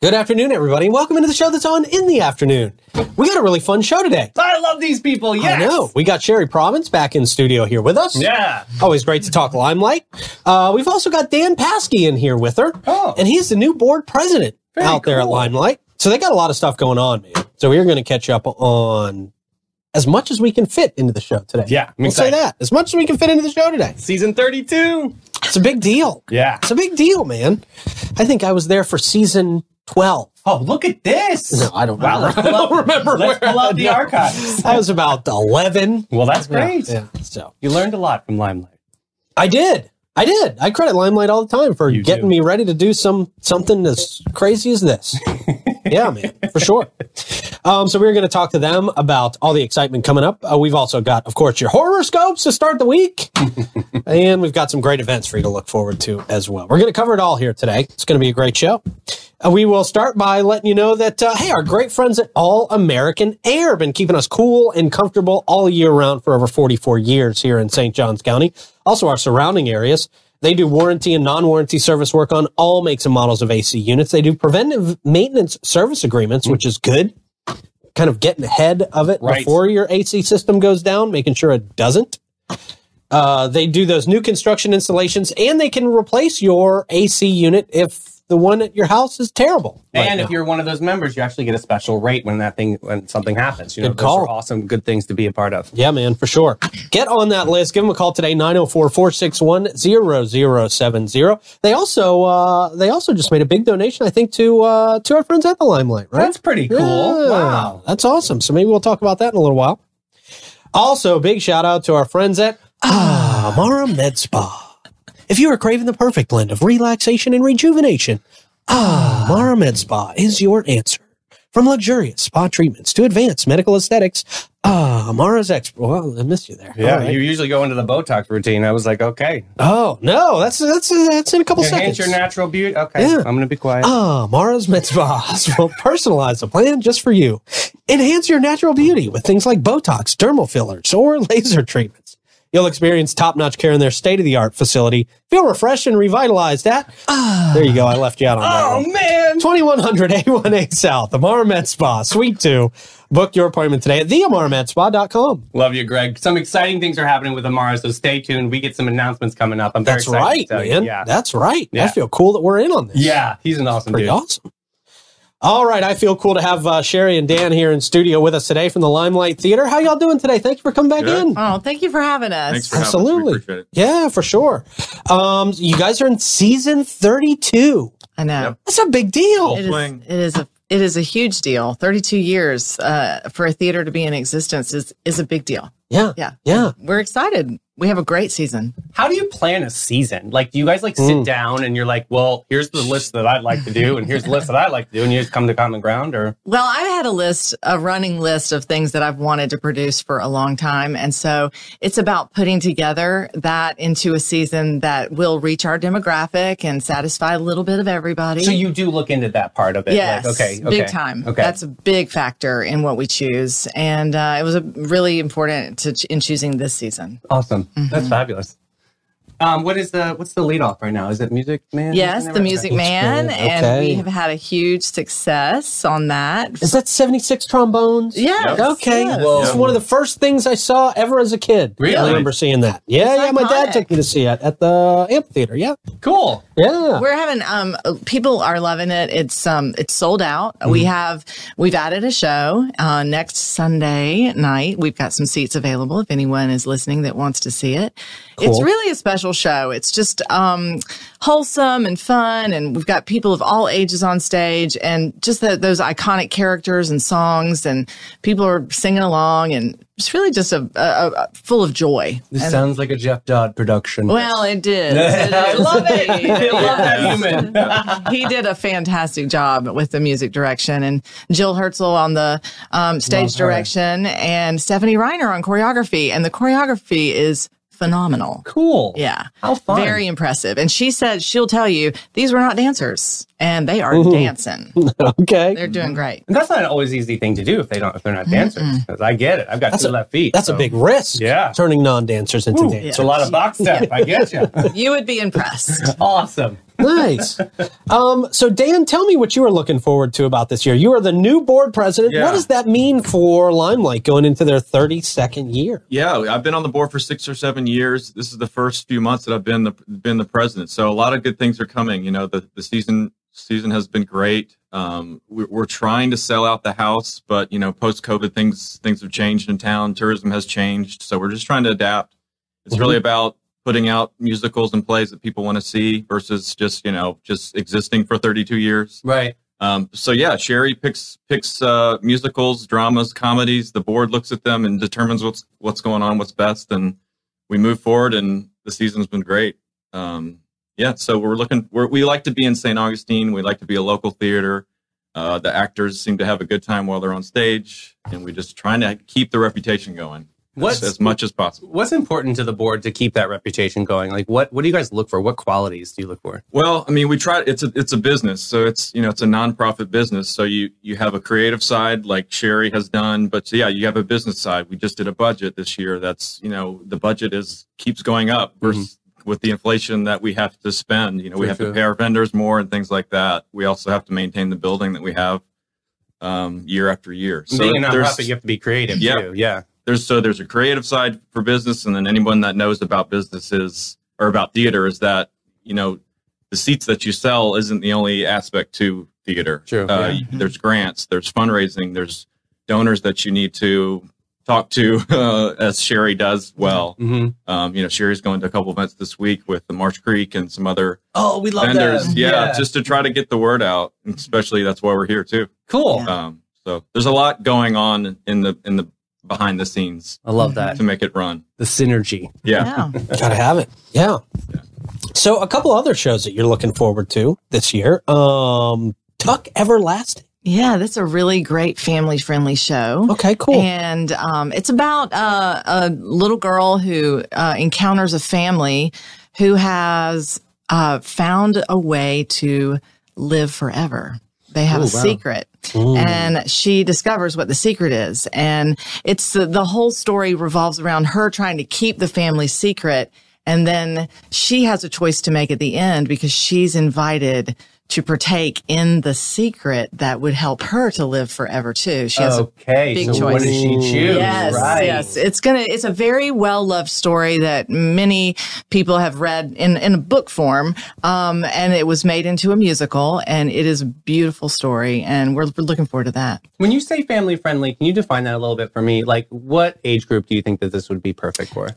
Good afternoon, everybody. Welcome into the show that's on in the afternoon. We got a really fun show today. I love these people. Yes. I know. We got Sherry Province back in studio here with us. Yeah. Always great to talk limelight. Uh, we've also got Dan Paskey in here with her. Oh. And he's the new board president Very out there at cool. Limelight. So they got a lot of stuff going on, man. So we're going to catch up on as much as we can fit into the show today. Yeah, I'm We'll say excited. that. As much as we can fit into the show today. Season 32. It's a big deal. Yeah. It's a big deal, man. I think I was there for season 12. Oh, look at this. No, I don't Wow. remember. I don't remember Let's pull out the archives. I was about 11. Well, that's great. Yeah, yeah. So You learned a lot from Limelight. I did. I did. I credit Limelight all the time for You getting do. me ready to do some something as crazy as this. yeah, man, for sure. Um, so we're going to talk to them about all the excitement coming up. Uh, we've also got, of course, your horoscopes to start the week, and we've got some great events for you to look forward to as well. We're going to cover it all here today. It's going to be a great show. Uh, we will start by letting you know that uh, hey, our great friends at All American Air have been keeping us cool and comfortable all year round for over 44 years here in St. Johns County, also our surrounding areas. They do warranty and non-warranty service work on all makes and models of AC units. They do preventive maintenance service agreements, which is good. Kind of getting ahead of it Right. before your AC system goes down, making sure it doesn't. Uh, they do those new construction installations, and they can replace your AC unit if the one at your house is terrible. right and now. if you're one of those members, you actually get a special rate when that thing when something happens. You know, Good those call. are awesome, good things to be a part of. Yeah, man, for sure. Get on that list. Give them a call today, 904-461-0070. They also uh, they also just made a big donation, I think, to uh, to our friends at the Limelight, right? That's pretty cool. Yeah, Wow. That's awesome. So maybe we'll talk about that in a little while. Also, big shout out to our friends at Amara Med Spa. If you are craving the perfect blend of relaxation and rejuvenation, Amara Med Spa is your answer. From luxurious spa treatments to advanced medical aesthetics, Amara's expert. Well, I missed you there. Yeah, All right. you usually go into the Botox routine. I was like, okay, oh no, that's that's that's in a couple enhance seconds. your natural beauty. Okay, Yeah. I'm gonna be quiet. Ah, Mara's Mitzvahs will personalize a plan just for you. Enhance your natural beauty with things like Botox, dermal fillers, or laser treatments. You'll experience top-notch care in their state-of-the-art facility. Feel refreshed and revitalized at... There you go. I left you out on that one. Ah. oh man, 2100 A1A South, Amara Med Spa, Suite 2. Book your appointment today at theamaramedspa.com. Love you, Greg. Some exciting things are happening with Amara, so stay tuned. We get some announcements coming up. I'm very That's excited to right, tell you. man. Yeah. That's right. I Yeah. feel cool that we're in on this. yeah, he's an awesome pretty dude. awesome. All right, I feel cool to have uh, Sherry and Dan here in studio with us today from the Limelight Theater. How y'all doing today? Thank you for coming back Good. in. Oh, thank you for having us. Thanks for having us. We appreciate Absolutely, it. yeah, for sure. Um, you guys are in season thirty-two. I know. Yep. That's a big deal. It is, Playing. it is a it is a huge deal. Thirty two years uh, for a theater to be in existence is is a big deal. Yeah, Yeah. yeah. We're excited. We have a great season. How do you plan a season? Like, do you guys like sit down and you're like, well, here's the list that I'd like to do, and here's the list that I like to do, and you just come to common ground, or Well, I had a list, a running list of things that I've wanted to produce for a long time. And so it's about putting together that into a season that will reach our demographic and satisfy a little bit of everybody. so you do look into that part of it. Yes. Like, okay, okay, Big time. Okay, That's a big factor in what we choose. And uh, it was a really important to, in choosing this season. awesome. Mm-hmm. That's fabulous. Um, what is the what's the lead off right now? Is it Music Man? Yes, The Music Man. good. And Okay. we have had a huge success on that. Is that seventy-six trombones? Yes, Okay. yes. Whoa. It's one of the first things I saw ever as a kid. Really? I remember seeing that. Yeah, It's yeah. My dad iconic. took me to see it at the amphitheater. Yeah, Cool. yeah. We're having um people are loving it. It's um it's sold out. Mm-hmm. We have we've added a show uh, next Sunday night. We've got some seats available if anyone is listening that wants to see it. It's Cool. really a special show. It's just um wholesome and fun, and we've got people of all ages on stage, and just the, those iconic characters and songs, and people are singing along, and it's really just a, a, a full of joy. This sounds like a Jeff Dodd production. Well, it did. I love it. I love that human. he did a fantastic job with the music direction and Jill Herzl on the um, stage her. direction and Stephanie Reiner on choreography. And the choreography is phenomenal. Cool. Yeah. How fun. Very impressive. And she said she'll tell you these were not dancers and they are dancing. okay. They're doing great. And that's not always easy thing to do if they don't if they're not dancers. 'Cause I get it. I've got two left feet. That's a so. big risk. Yeah. Turning non dancers into Ooh, dancers. It's a lot of box step. I get you. You would be impressed. awesome. nice. Um, so, Dan, tell me what you are looking forward to about this year. You are the new board president. Yeah. What does that mean for Limelight going into their 32nd year? Yeah, I've been on the board for six or seven years. This is the first few months that I've been the been the president. So a lot of good things are coming. You know, the, the season season has been great. Um, we're, we're trying to sell out the house, but you know, post COVID things things have changed in town. Tourism has changed, so we're just trying to adapt. It's really about putting out musicals and plays that people want to see versus just you know just existing for 32 years. Right. Um, so yeah, Sherry picks picks uh, musicals, dramas, comedies. The board looks at them and determines what's what's going on, what's best, and we move forward. And the season's been great. Um, yeah, so we're looking. We're, we like to be in St. Augustine. We like to be a local theater. Uh, the actors seem to have a good time while they're on stage, and we're just trying to keep the reputation going What's- as, as much as possible. What's important to the board to keep that reputation going? Like, what what do you guys look for? What qualities do you look for? Well, I mean, we try. It's a it's a business, so it's you know it's a nonprofit business. So you you have a creative side like Sherry has done, but yeah, you have a business side. We just did a budget this year. That's you know the budget is keeps going up versus with the inflation that we have to spend. You know, we True, have true. to pay our vendors more and things like that. We also have to maintain the building that we have um, year after year. So Being a there's- nonprofit, you have to be creative Yeah. too. Yeah. there's so there's a creative side for business and then anyone that knows about businesses or about theater is that you know the seats that you sell isn't the only aspect to theater True, uh, yeah. there's grants there's fundraising there's donors that you need to talk to uh, as sherry does well Mm-hmm. um, you know sherry's going to a couple events this week with the marsh creek and some other Oh, we love vendors yeah, just to try to get the word out especially that's why we're here too cool. um, so there's a lot going on in the in the behind the scenes I love that. to make it run. The synergy. Yeah. Yeah. Gotta have it. Yeah. So, a couple other shows that you're looking forward to this year um, Tuck Everlasting. Yeah, that's a really great family friendly show. Okay, cool. And um, it's about uh, a little girl who uh, encounters a family who has uh, found a way to live forever. They have a secret, and she discovers what the secret is. And it's the, the whole story revolves around her trying to keep the family secret. And then she has a choice to make at the end because she's invited to partake in the secret that would help her to live forever too. She has a okay. big so what choice. does she choose? Yes, right. yes. It's gonna. It's a very well loved story that many people have read in in a book form, um, and it was made into a musical, and it is a beautiful story, and we're, we're looking forward to that. When you say family friendly, can you define that a little bit for me? Like, what age group do you think that this would be perfect for?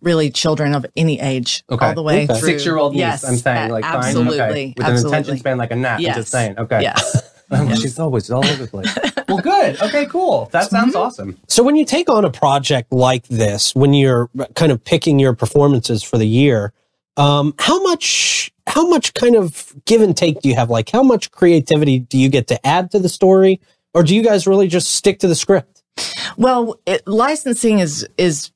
Really, children of any age, Okay. all the way Okay. through. Six year old niece. Yes, I'm saying a- like fine, okay. absolutely, with absolutely. an attention span like a nap. Yes. I'm just saying. Okay. Oh, Yes. She's always all over the place. well, good. Okay, cool. That sounds Mm-hmm. awesome. So when you take on a project like this, when you're kind of picking your performances for the year, um, how much how much kind of give and take do you have? Like how much creativity do you get to add to the story, or do you guys really just stick to the script? Well, it, licensing is is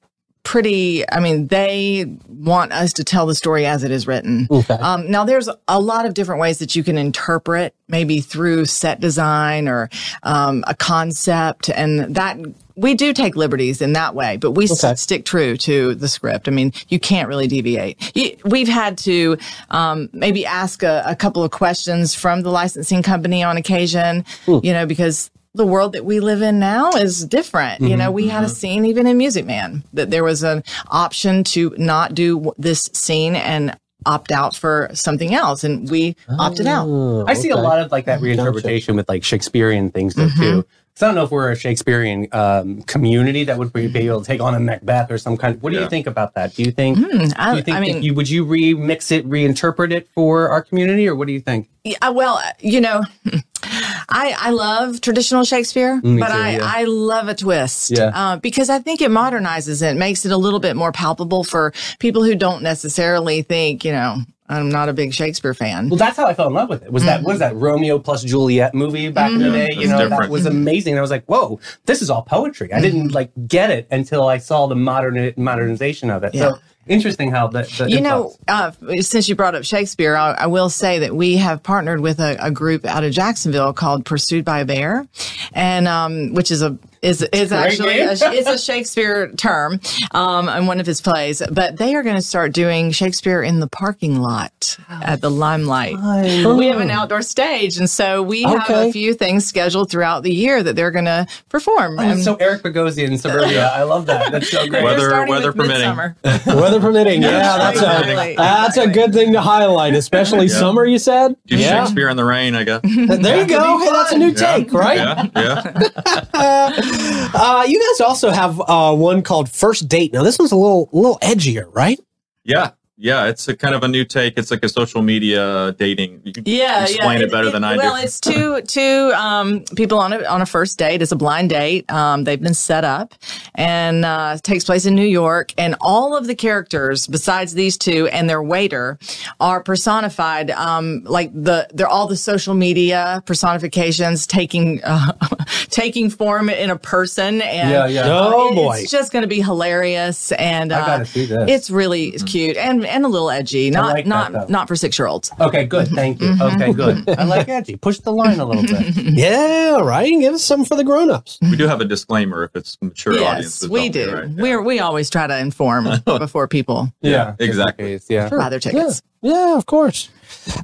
pretty. I mean, they want us to tell the story as it is written. Okay. Um, now, there's a lot of different ways that you can interpret, maybe through set design or um, a concept, and that we do take liberties in that way, but we s- Okay. stick true to the script. I mean, you can't really deviate. You, we've had to um, maybe ask a, a couple of questions from the licensing company on occasion, Hmm. you know, because the world that we live in now is different. You know, Mm-hmm. we had a scene even in Music Man that there was an option to not do w- this scene and opt out for something else, and we opted out. I see a lot of like that reinterpretation with like Shakespearean things though, Mm-hmm. too. So I don't know if we're a Shakespearean um, community that would be be able to take on a Macbeth or some kind. What do you Yeah. think about that? Do you think? Hmm, I, do you think that I mean, you would you remix it, reinterpret it for our community, or what do you think? Yeah, uh, well, you know, I I love traditional Shakespeare, but too, I yeah. I love a twist Yeah. uh, because I think it modernizes it, makes it a little bit more palpable for people who don't necessarily think, you know, I'm not a big Shakespeare fan. Well, that's how I fell in love with it. Was that was that Mm-hmm. Romeo plus Juliet movie back in the Yeah, day? You that's know, that different. was amazing. And I was like, whoa, this is all poetry. I Mm-hmm. didn't like get it until I saw the modern modernization of it. Yeah. So interesting how the, the you know, influx. uh, since you brought up Shakespeare, I, I will say that we have partnered with a, a group out of Jacksonville called Pursued by a Bear, and um, which is a is is actually a, it's a Shakespeare term um, in one of his plays. But they are going to start doing Shakespeare in the parking lot at the Limelight. We have an outdoor stage, and so we have Okay. a few things scheduled throughout the year that they're going to perform. Oh, And so Eric Bogosian in Suburbia. I love that. That's so great. they're Weather- starting weather with permitting. Midsummer. Weather permitting. Yeah, that's a Exactly, that's a exactly. good thing to highlight, especially summer. You said. Do Yeah. Shakespeare in the rain, I guess. There you go. Hey, that's a new take, right? Yeah, yeah. Uh, you guys also have uh, one called First Date. Now, this one's a little little edgier, right? Yeah. Yeah. It's a kind of a new take. It's like a social media dating. You can yeah, explain yeah. it better than I well, do. it's two two um, people on a on a first date. It's a blind date. Um, they've been set up and uh, takes place in New York. And all of the characters, besides these two and their waiter, are personified. Um, like the they're all the social media personifications taking uh, taking form in a person. And Yeah, yeah. Oh, uh, it- boy. it's just going to be hilarious. And uh, gotta see this. it's really Mm-hmm. cute and and a little edgy. Not like that, not though. not for six year olds. Okay, good. Thank you. Mm-hmm. Okay, good. I like Edgy. Push the line a little bit. Yeah, right. And give us some for the grown-ups. We do have a disclaimer if it's mature audiences. Yes, we only, do. right? Yeah. We're we always try to inform before people Yeah, exactly. Just in case, Yeah. buy their tickets. Yeah, of course.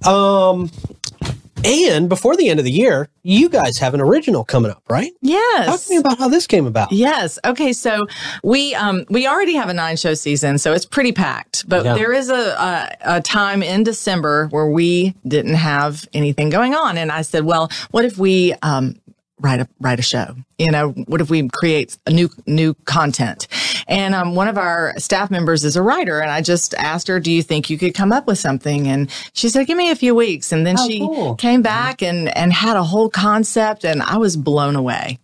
Um, and before the end of the year, you guys have an original coming up, right? Talk Yes. to me about how this came about. Yes. Okay. So we um we already have a nine show season, so it's pretty packed. But Yeah. there is a, a a time in December where we didn't have anything going on, and I said, well, what if we um write a write a show? You know, what if we create a new new content? And um, one of our staff members is a writer, and I just asked her, do you think you could come up with something? And she said, give me a few weeks, and then she cool. came back and and had a whole concept, and I was blown away.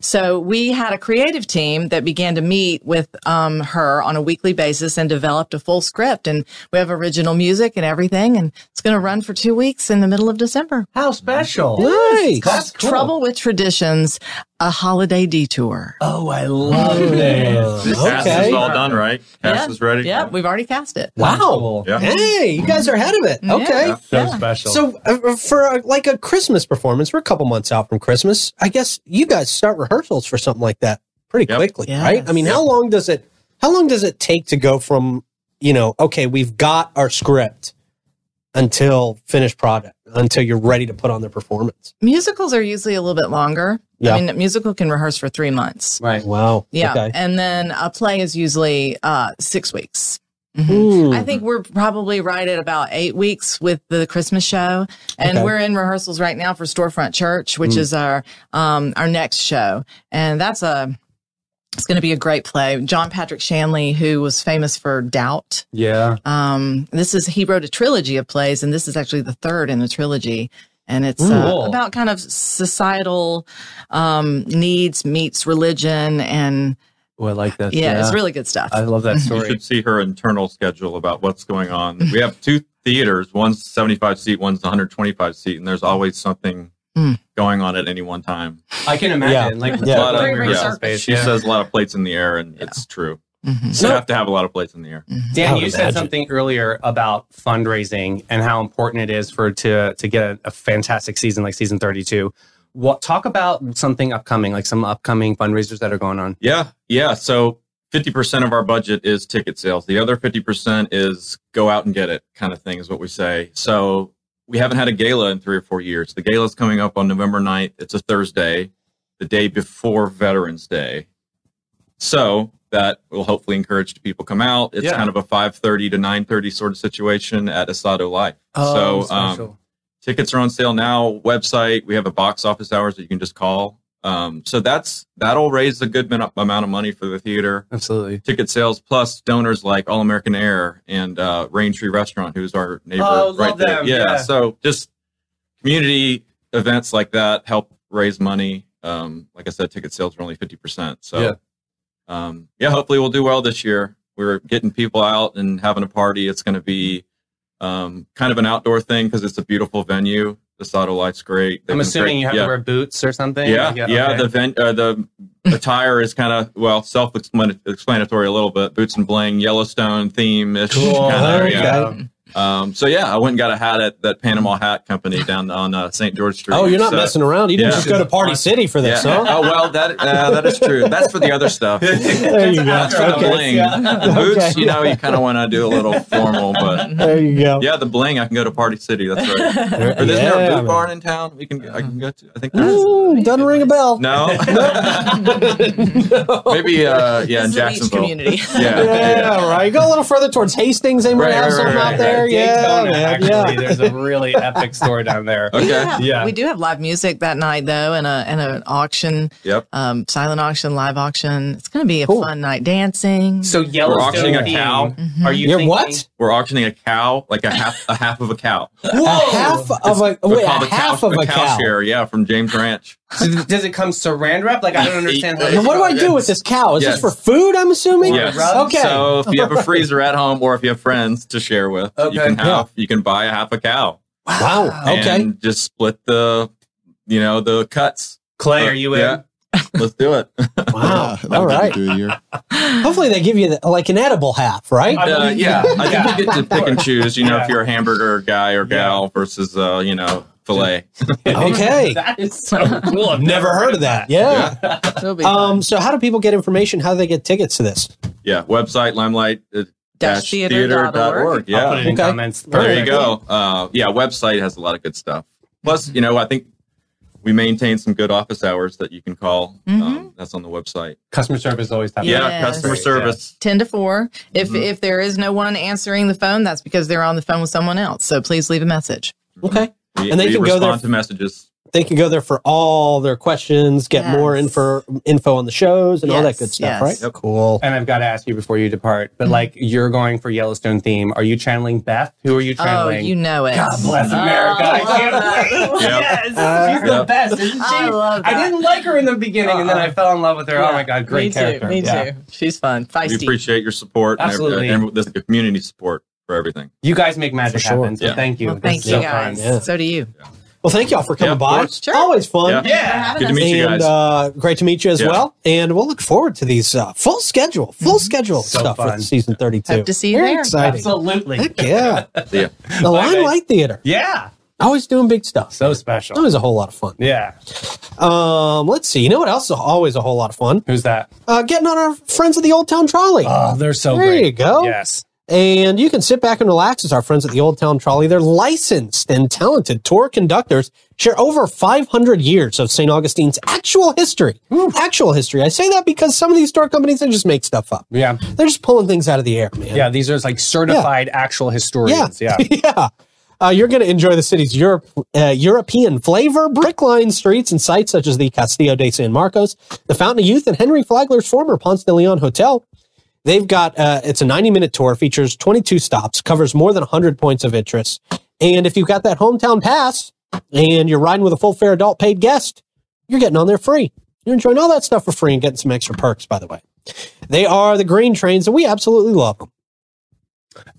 So we had a creative team that began to meet with um, her on a weekly basis and developed a full script. And we have original music and everything. And it's going to run for two weeks in the middle of December. How special. Nice. That's cool. Trouble with Traditions, a holiday detour. Oh, I love this. The cast Okay. is all done, right? Cast Yeah. is ready. Yep, we've already cast it. Wow. Yeah. Hey, you guys are ahead of it. Okay. Yeah. So special. So, uh, for uh, like a Christmas performance, we're a couple months out from Christmas. I guess you guys start rehearsals for something like that pretty Yep. quickly, Yes. right? I mean, how long does it? How long does it take to go from you know, okay, we've got our script until finished product, until you're ready to put on the performance? Musicals are usually a little bit longer. Yeah. I mean, a musical can rehearse for three months. right. Wow. Yeah. Okay. And then a play is usually uh, six weeks. Mm-hmm. Hmm. I think we're probably right at about eight weeks with the Christmas show, and Okay. we're in rehearsals right now for Storefront Church, which is our um, our next show, and that's a it's going to be a great play. John Patrick Shanley, who was famous for Doubt, Yeah. um, this is he wrote a trilogy of plays, and this is actually the third in the trilogy. And it's Cool. uh, about kind of societal um, needs meets religion, and Oh, I like that. yeah, it's really good stuff. I love that You story. should see her internal schedule about what's going on. we have two theaters, one's 75 seat, one's 125 seat, and there's always something Mm. going on at any one time. I can imagine. Like, Yeah. a lot of Very, very rehearsal surface. space, She yeah. says a lot of plates in the air, and it's true. Mhm. you So- have to have a lot of plates in the air. I Dan, would you said imagine. something earlier about fundraising and how important it is for to to get a, a fantastic season like season 32. What talk about something upcoming, like some upcoming fundraisers that are going on? Yeah, yeah. So fifty percent of our budget is ticket sales. The other fifty percent is go out and get it kind of thing is what we say. So we haven't had a gala in three or four years. The gala's coming up on November 9th. It's a Thursday, the day before Veterans Day. So that will hopefully encourage people come out. It's Yeah. kind of a five thirty to nine thirty sort of situation at Asado Life. Oh, so um, tickets are on sale now website we have a box office hours that you can just call um, so that's that'll raise a good min- amount of money for the theater absolutely. ticket sales plus donors like all american air and uh, rain tree restaurant who's our neighbor Oh, love right there them, Yeah, yeah. so just community events like that help raise money um, like i said ticket sales are only 50% so Yeah. um, yeah hopefully we'll do well this year we're getting people out and having a party it's going to be um, kind of an outdoor thing because it's a beautiful venue. The Saddle Light's great. They I'm can assuming create- you have yeah. to wear boots or something. Yeah, Like, yeah. okay. The ven- uh, the attire is kind of well Oh, self-explanatory a little bit. Boots and bling, Yellowstone theme ish. Cool. Okay. yeah. Um, so yeah, I went and got a hat at that Panama Hat Company down on uh, St. George Street. Oh, you're not So- messing around. You didn't Yeah. just go to Party City for Yeah. this, huh? Oh well, that uh, that is true. That's for the other stuff. There you go. That's for the Okay. bling. The boots, you know, you kind of want to do a little formal, but There you go. yeah, the bling. I can go to Party City. That's right. Or there's Yeah, there a boot man. barn in town? We can. I can go to. I think there's. Ooh, doesn't ring a bell. No. Maybe. Uh, yeah, in This is a beach Jacksonville. community. Yeah. Yeah, right. Go a little further towards Hastings. They might Right, have right, something right, out right, Oh, there. right. Yeah, Daytona, man. actually. Yeah. There's a really epic store down there. Okay. Yeah. Yeah. We do have live music that night though, and a and an auction, Yep. um, silent auction, live auction. It's going to be a Cool. fun night. Dancing. Mm-hmm. So We're Yellowstone auctioning a theme. cow. Are you Yeah, thinking- what? We're auctioning a cow, like a half a half of a cow. A half of a, We're wait, a called half of a cow. share, yeah, from James Ranch. So th- does it come saran wrap? Like I don't understand. Now, what do I do with this cow? Is Yes. this for food? I'm assuming. Yes. Okay. So if you have a freezer at home, or if you have friends to share with, Okay. you can have you can buy a half a cow. wow. Okay. And just split the, you know, the cuts. Clay, are you in? Yeah. Let's do it. wow. Yeah, that All would right. do a year. Hopefully they give you the, like an edible half, right? I Uh, believe- yeah, I Yeah. think you get to pick and choose. You know, Yeah. if you're a hamburger guy or gal versus, uh, you know, filet. Okay. That is so cool. I've Never heard of that. Yeah. It'll be Um. So how do people get information? How do they get tickets to this? Yeah, website limelight uh, dash theater.org. theater.org. I'll put Yeah, it in Okay. comments. there you go. Uh, yeah, website has a lot of good stuff. Mm-hmm. Plus, you know, I think we maintain some good office hours that you can call. Um, that's on the website. Customer service always happens. Yeah, Yes. customer Great, yeah. service. 10 to 4. If if there is no one answering the phone, that's because they're on the phone with someone else. So please leave a message. Okay. We, And they we can go respond there- to messages. They can go there for all their questions, get more Yes. info info on the shows and all that Yes, good stuff, yes. right? Yep. Cool. And I've got to ask you before you depart, but like you're going for Yellowstone theme. Are you channeling Beth? Who are you Oh, channeling? you know it. God bless America. Oh, I I love can't believe Yep. Yes. Uh, She's the Yep. best, isn't she? I love that. didn't like her in the beginning and then I fell in love with her. Oh my Yeah. God, great me character. Too, me Yeah. too. She's fun. We Feisty. appreciate your support and every- Absolutely. and the community support for everything. You guys make magic For sure. happen. So Yeah. thank you. well, This thank is you so guys. fun. Yeah. So do you. Well, thank y'all for coming Yeah, of by. course. Sure. Always fun. Yeah. Yeah. Good to meet you and guys. uh, great to meet you as Yeah. well. And we'll look forward to these uh, full schedule, full schedule So stuff fun. for season thirty-two. Hope to see you Very there. exciting. Absolutely. Heck yeah, See ya. the Bye, guys. Limelight Theater Yeah. always doing big stuff. So special. Always a whole lot of fun. Yeah. Um, let's see. You know what else is always a whole lot of fun? Who's that? Uh, getting on our friends at the Old Town Trolley. Ah, Oh, they're so There great. you go. Yes. And you can sit back and relax as our friends at the Old Town Trolley. They're licensed and talented tour conductors, share over 500 years of St. Augustine's actual history. Actual history. I say that because some of these tour companies, they just make stuff up. Yeah. They're just pulling things out of the air, man. Yeah. These are like certified actual historians. Yeah. yeah. Uh, you're going to enjoy the city's Europe, uh, European flavor, brick-lined streets and sites such as the Castillo de San Marcos, the Fountain of Youth, and Henry Flagler's former Ponce de Leon Hotel. They've got uh, it's a 90-minute tour, features 22 stops, covers more than 100 points of interest. And if you've got that hometown pass and you're riding with a full fare adult paid guest, you're getting on there free. You're enjoying all that stuff for free and getting some extra perks, by the way. They are the green trains, and we absolutely love them.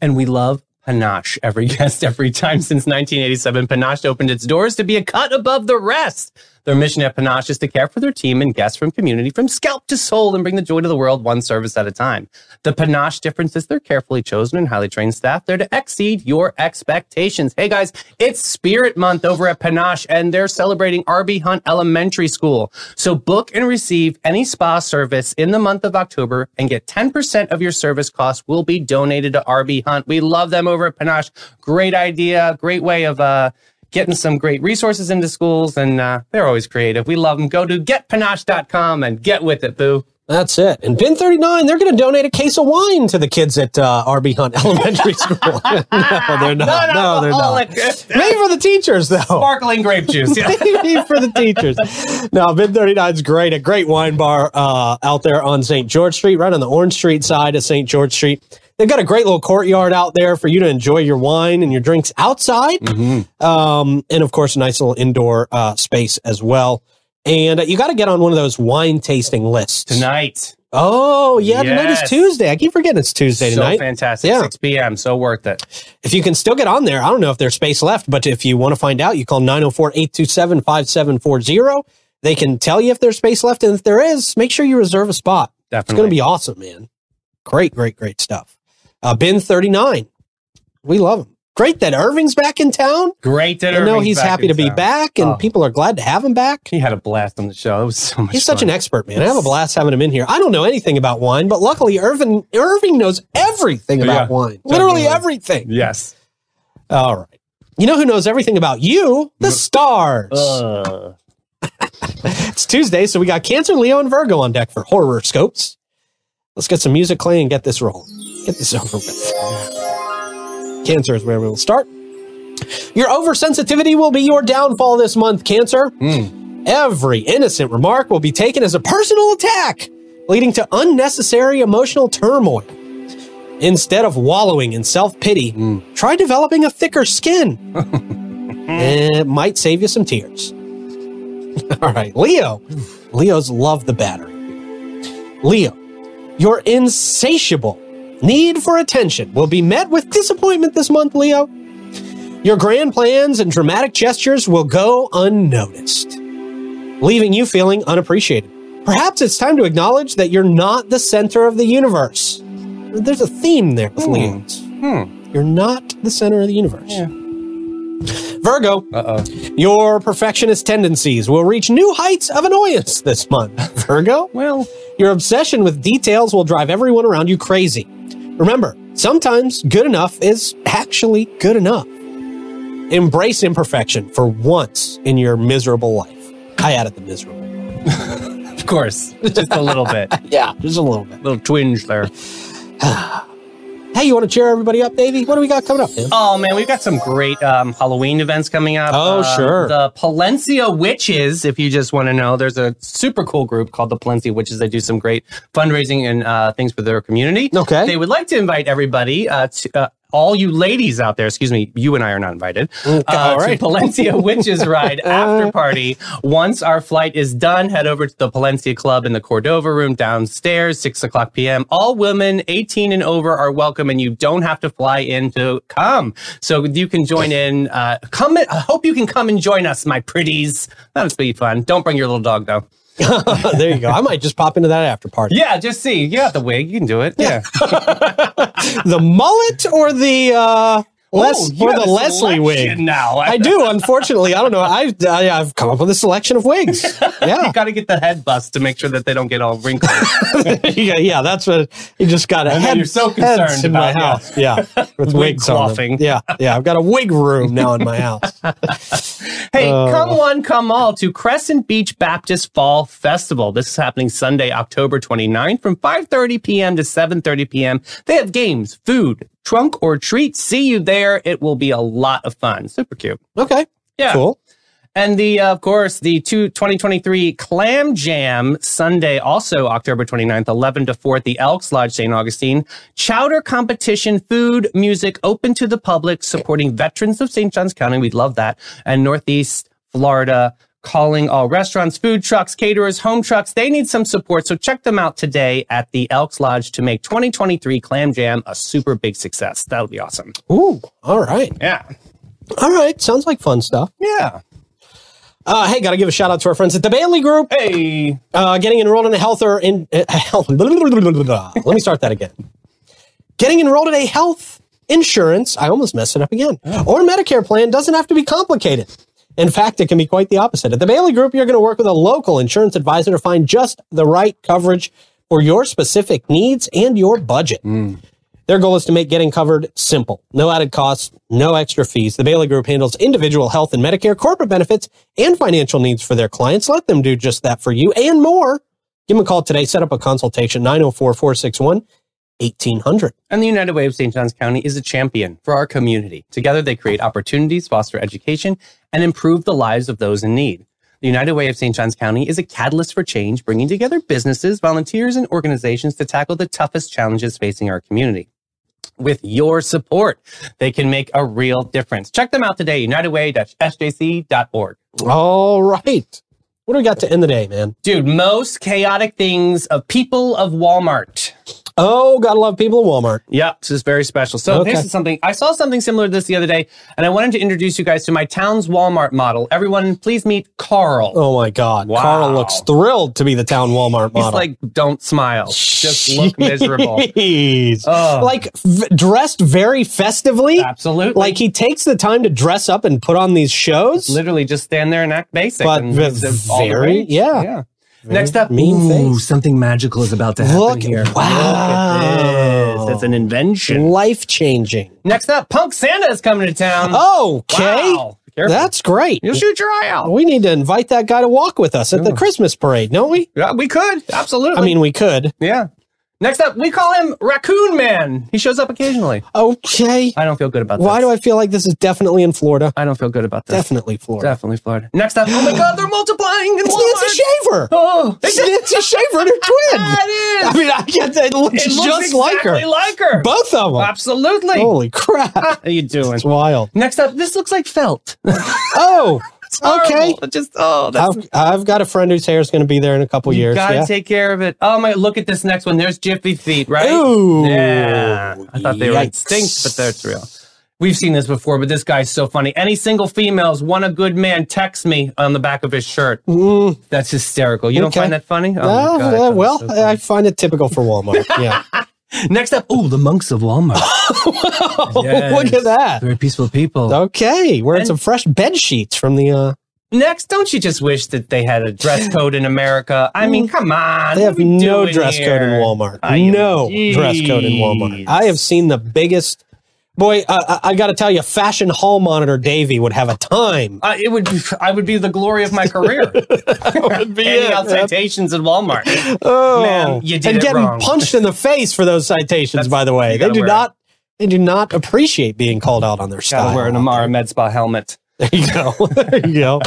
And we love Panache every guest every time since 1987. Panache opened its doors to be a cut above the rest. Their mission at Panache is to care for their team and guests from community from scalp to soul and bring the joy to the world one service at a time. The Panache difference is they're carefully chosen and highly trained staff there to exceed your expectations. Hey guys, it's Spirit Month over at Panache and they're celebrating RB Hunt Elementary School. So book and receive any spa service in the month of October and get 10% of your service costs will be donated to RB Hunt. We love them over at Panache. Great idea. Great way of, uh, getting some great resources into schools and uh, they're always creative. We love them. Go to getpanache.com and get with it, boo. That's it. And Bin 39, they're going to donate a case of wine to the kids at uh, RB Hunt Elementary School. no, they're not. No, they're not. Maybe for the teachers, though. Sparkling grape juice. Yeah. Maybe for the teachers. No, Bin 39 is great. A great wine bar uh, out there on St. George Street, right on the Orange Street side of St. George Street. They've got a great little courtyard out there for you to enjoy your wine and your drinks outside. Um, and of course, a nice little indoor uh, space as well. And uh, you got to get on one of those wine tasting lists. Tonight. Oh, yeah, tonight is Yes. Tuesday. I keep forgetting it's Tuesday so tonight. fantastic. Yeah. 6 p.m. So worth it. If you can still get on there, I don't know if there's space left, but if you want to find out, you call 904 827 5740. They can tell you if there's space left. And if there is, make sure you reserve a spot. It's Definitely. going to be awesome, man. Great, great, great stuff. Uh, bin 39. We love them. great that Irving's back in town. Great that I know Irving's he's back happy in to be town. back, and Oh. people are glad to have him back. He had a blast on the show. It was so much He's such an fun. expert, man. I have a blast having him in here. I don't know anything about wine, but luckily Irving Irving knows everything about Yeah, wine. Literally definitely. everything. Yes. All right. You know who knows everything about you? The stars. Uh, It's Tuesday, so we got Cancer, Leo, and Virgo on deck for horror scopes. Let's get some music playing and get this rolling. Get this over with. Cancer is where we will start. Your oversensitivity will be your downfall this month, Cancer. Every innocent remark will be taken as a personal attack, leading to unnecessary emotional turmoil. Instead of wallowing in self pity, try developing a thicker skin. it might save you some tears. All right, Leo. Leos love the battery. Leo, your insatiable need for attention will be met with disappointment this month, Leo. Your grand plans and dramatic gestures will go unnoticed, leaving you feeling unappreciated. Perhaps it's time to acknowledge that you're not the center of the universe. There's a theme there with Leos. You're not the center of the universe. Hmm. Yeah. Virgo, uh-oh. your perfectionist tendencies will reach new heights of annoyance this month, Virgo. Well, Your obsession with details will drive everyone around you crazy. Remember, sometimes good enough is actually good enough. Embrace imperfection for once in your miserable life. I added the miserable. of course. Just a little bit. Yeah, just a little bit. little twinge there. Hey, you want to cheer everybody up, Davey? What do we got coming up? man? Oh man, we've got some great um, Halloween events coming up. Oh, Uh, sure. The Palencia Witches, if you just want to know, there's a super cool group called the Palencia Witches. They do some great fundraising and uh, things for their community. Okay. They would like to invite everybody. Uh, to, uh, all you ladies out there, excuse me, you and I are not invited. Uh, all right. To Palencia Witches Ride after party. Once our flight is done, head over to the Palencia Club in the Cordova room downstairs, 6 o'clock p.m. All women 18 and over are welcome, and you don't have to fly in to come. So you can join in. Uh, come. I hope you can come and join us, my pretties. That'll be fun. Don't bring your little dog, though. there you go. I might just pop into that after party. Yeah, just see. You got the wig. You can do it. Yeah. The mullet or the uh, Les- Oh, you or have the a Leslie wig? selection Now. I do, unfortunately. I don't know. I, I I've come up with a selection of wigs. Yeah, You got to get the head bust to make sure that they don't get all wrinkled. yeah, yeah. That's what you just got. A know head, you're so heads concerned in my about- house. Yeah, with Wig wigs on them. quaffing. Yeah, yeah. I've got a wig room now in my house. Hey, Oh. come one, come all to Crescent Beach Baptist Fall Festival. This is happening Sunday, October 29th from 5.30 p.m. to 7.30 p.m. They have games, food, trunk or treat. See you there. It will be a lot of fun. Super cute. Okay, Yeah. cool. And the, uh, of course, the two, 2023 Clam Jam Sunday, also October 29th, 11 to 4 at the Elks Lodge, St. Augustine. Chowder competition, food, music, open to the public, supporting veterans of St. John's County. We'd love that. And Northeast Florida calling all restaurants, food trucks, caterers, home trucks. They need some support. So check them out today at the Elks Lodge to make 2023 Clam Jam a super big success. That would be awesome. Ooh, all right, Yeah. all right. Sounds like fun stuff. Yeah. Uh, hey, got to give a shout out to our friends at the Bailey Group. Hey. Uh, getting enrolled in a health or in uh, health. Let me start that again. Getting enrolled in a health insurance. I almost messed it up again. Or Medicare plan doesn't have to be complicated. In fact, it can be quite the opposite. At the Bailey Group, you're going to work with a local insurance advisor to find just the right coverage for your specific needs and your budget. Their goal is to make getting covered simple. No added costs, no extra fees. The Bailey Group handles individual health and Medicare, corporate benefits, and financial needs for their clients. Let them do just that for you and more. Give them a call today. Set up a consultation, 904 461 1800. And the United Way of St. John's County is a champion for our community. Together, they create opportunities, foster education, and improve the lives of those in need. The United Way of St. John's County is a catalyst for change, bringing together businesses, volunteers, and organizations to tackle the toughest challenges facing our community. With your support, they can make a real difference. Check them out today, unitedway-sjc.org. All right. What do we got to end the day, man? Dude, most chaotic things of people of Walmart. Oh, gotta love people at Walmart. Yeah, this is very special. So Okay. this is something I saw something similar to this the other day, and I wanted to introduce you guys to my town's Walmart model. Everyone, please meet Carl. Oh my God. Wow. Carl looks thrilled to be the town Walmart He's model. like, don't smile, just look miserable. Jeez. Oh. Like v- dressed very festively. Absolutely, Like he takes the time to dress up and put on these shows. literally just stand there and act basic. But and v- just all the very- rage. yeah. yeah. Next up, mean face. something magical is about to Look, wow. Look at this. That's an invention. Life changing. Next up, Punk Santa is coming to town. Okay. Hmm. Wow. Be careful. That's great. You'll shoot your eye out. We need to invite that guy to walk with us at the Christmas parade, don't we? Yeah, we could. Absolutely. I mean, we could. yeah. Next up, we call him Raccoon Man. He shows up occasionally. Okay. I don't feel good about Why this. do I feel like this is definitely in Florida? I don't feel good about this. Definitely Florida. Definitely Florida. Next up, oh my God, they're multiplying. in It's Nancy Walmart. Shaver. Oh, It's Nancy Shaver and her twin. That is. I mean, I get that. It looks It just looks like her. exactly like her. Both of them. Absolutely. Ah. Holy crap. What are you doing? It's wild. Next up, this looks like felt. Oh, okay. Horrible. Just oh, that's I've, I've got a friend whose hair is going to be there in a couple you years. gotta yeah. take care of it. Oh my, look at this next one. There's Jiffy Feet, right? Ooh. yeah. I thought they were Yikes. extinct, but that's real. We've seen this before, but this guy's so funny. Any single females want a good man? Text me on the back of his shirt. That's hysterical. You don't Mm. Okay. find that funny? Oh, my Uh, God, I uh, thought it was well, so I find it typical for Walmart. Yeah. Next up, oh, the monks of Walmart. Yes. Look at that. Very peaceful people. Okay. Wearing And- some fresh bed sheets from the. Uh, Next, don't you just wish that they had a dress code in America? I mean, come on. Mm. they what have are we no doing dress code in here? Walmart. I am- no dress code in Walmart. Jeez. I have seen the biggest. Boy, uh, I, I got to tell you, fashion hall monitor Davey would have a time. Uh, it would. Be, I would be the glory of my career. Handing out citations in Walmart. Oh, Ma'am, you did and it getting wrong. punched in the face for those citations. That's- by the way, you they gotta do wear not. They do not appreciate being called out on their style. Gotta wear an Amara Med Spa helmet. There you go. there you go.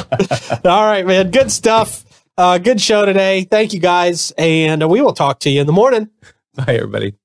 All right, man. Good stuff. Uh, good show today. Thank you guys, and uh, we will talk to you in the morning. Bye, everybody.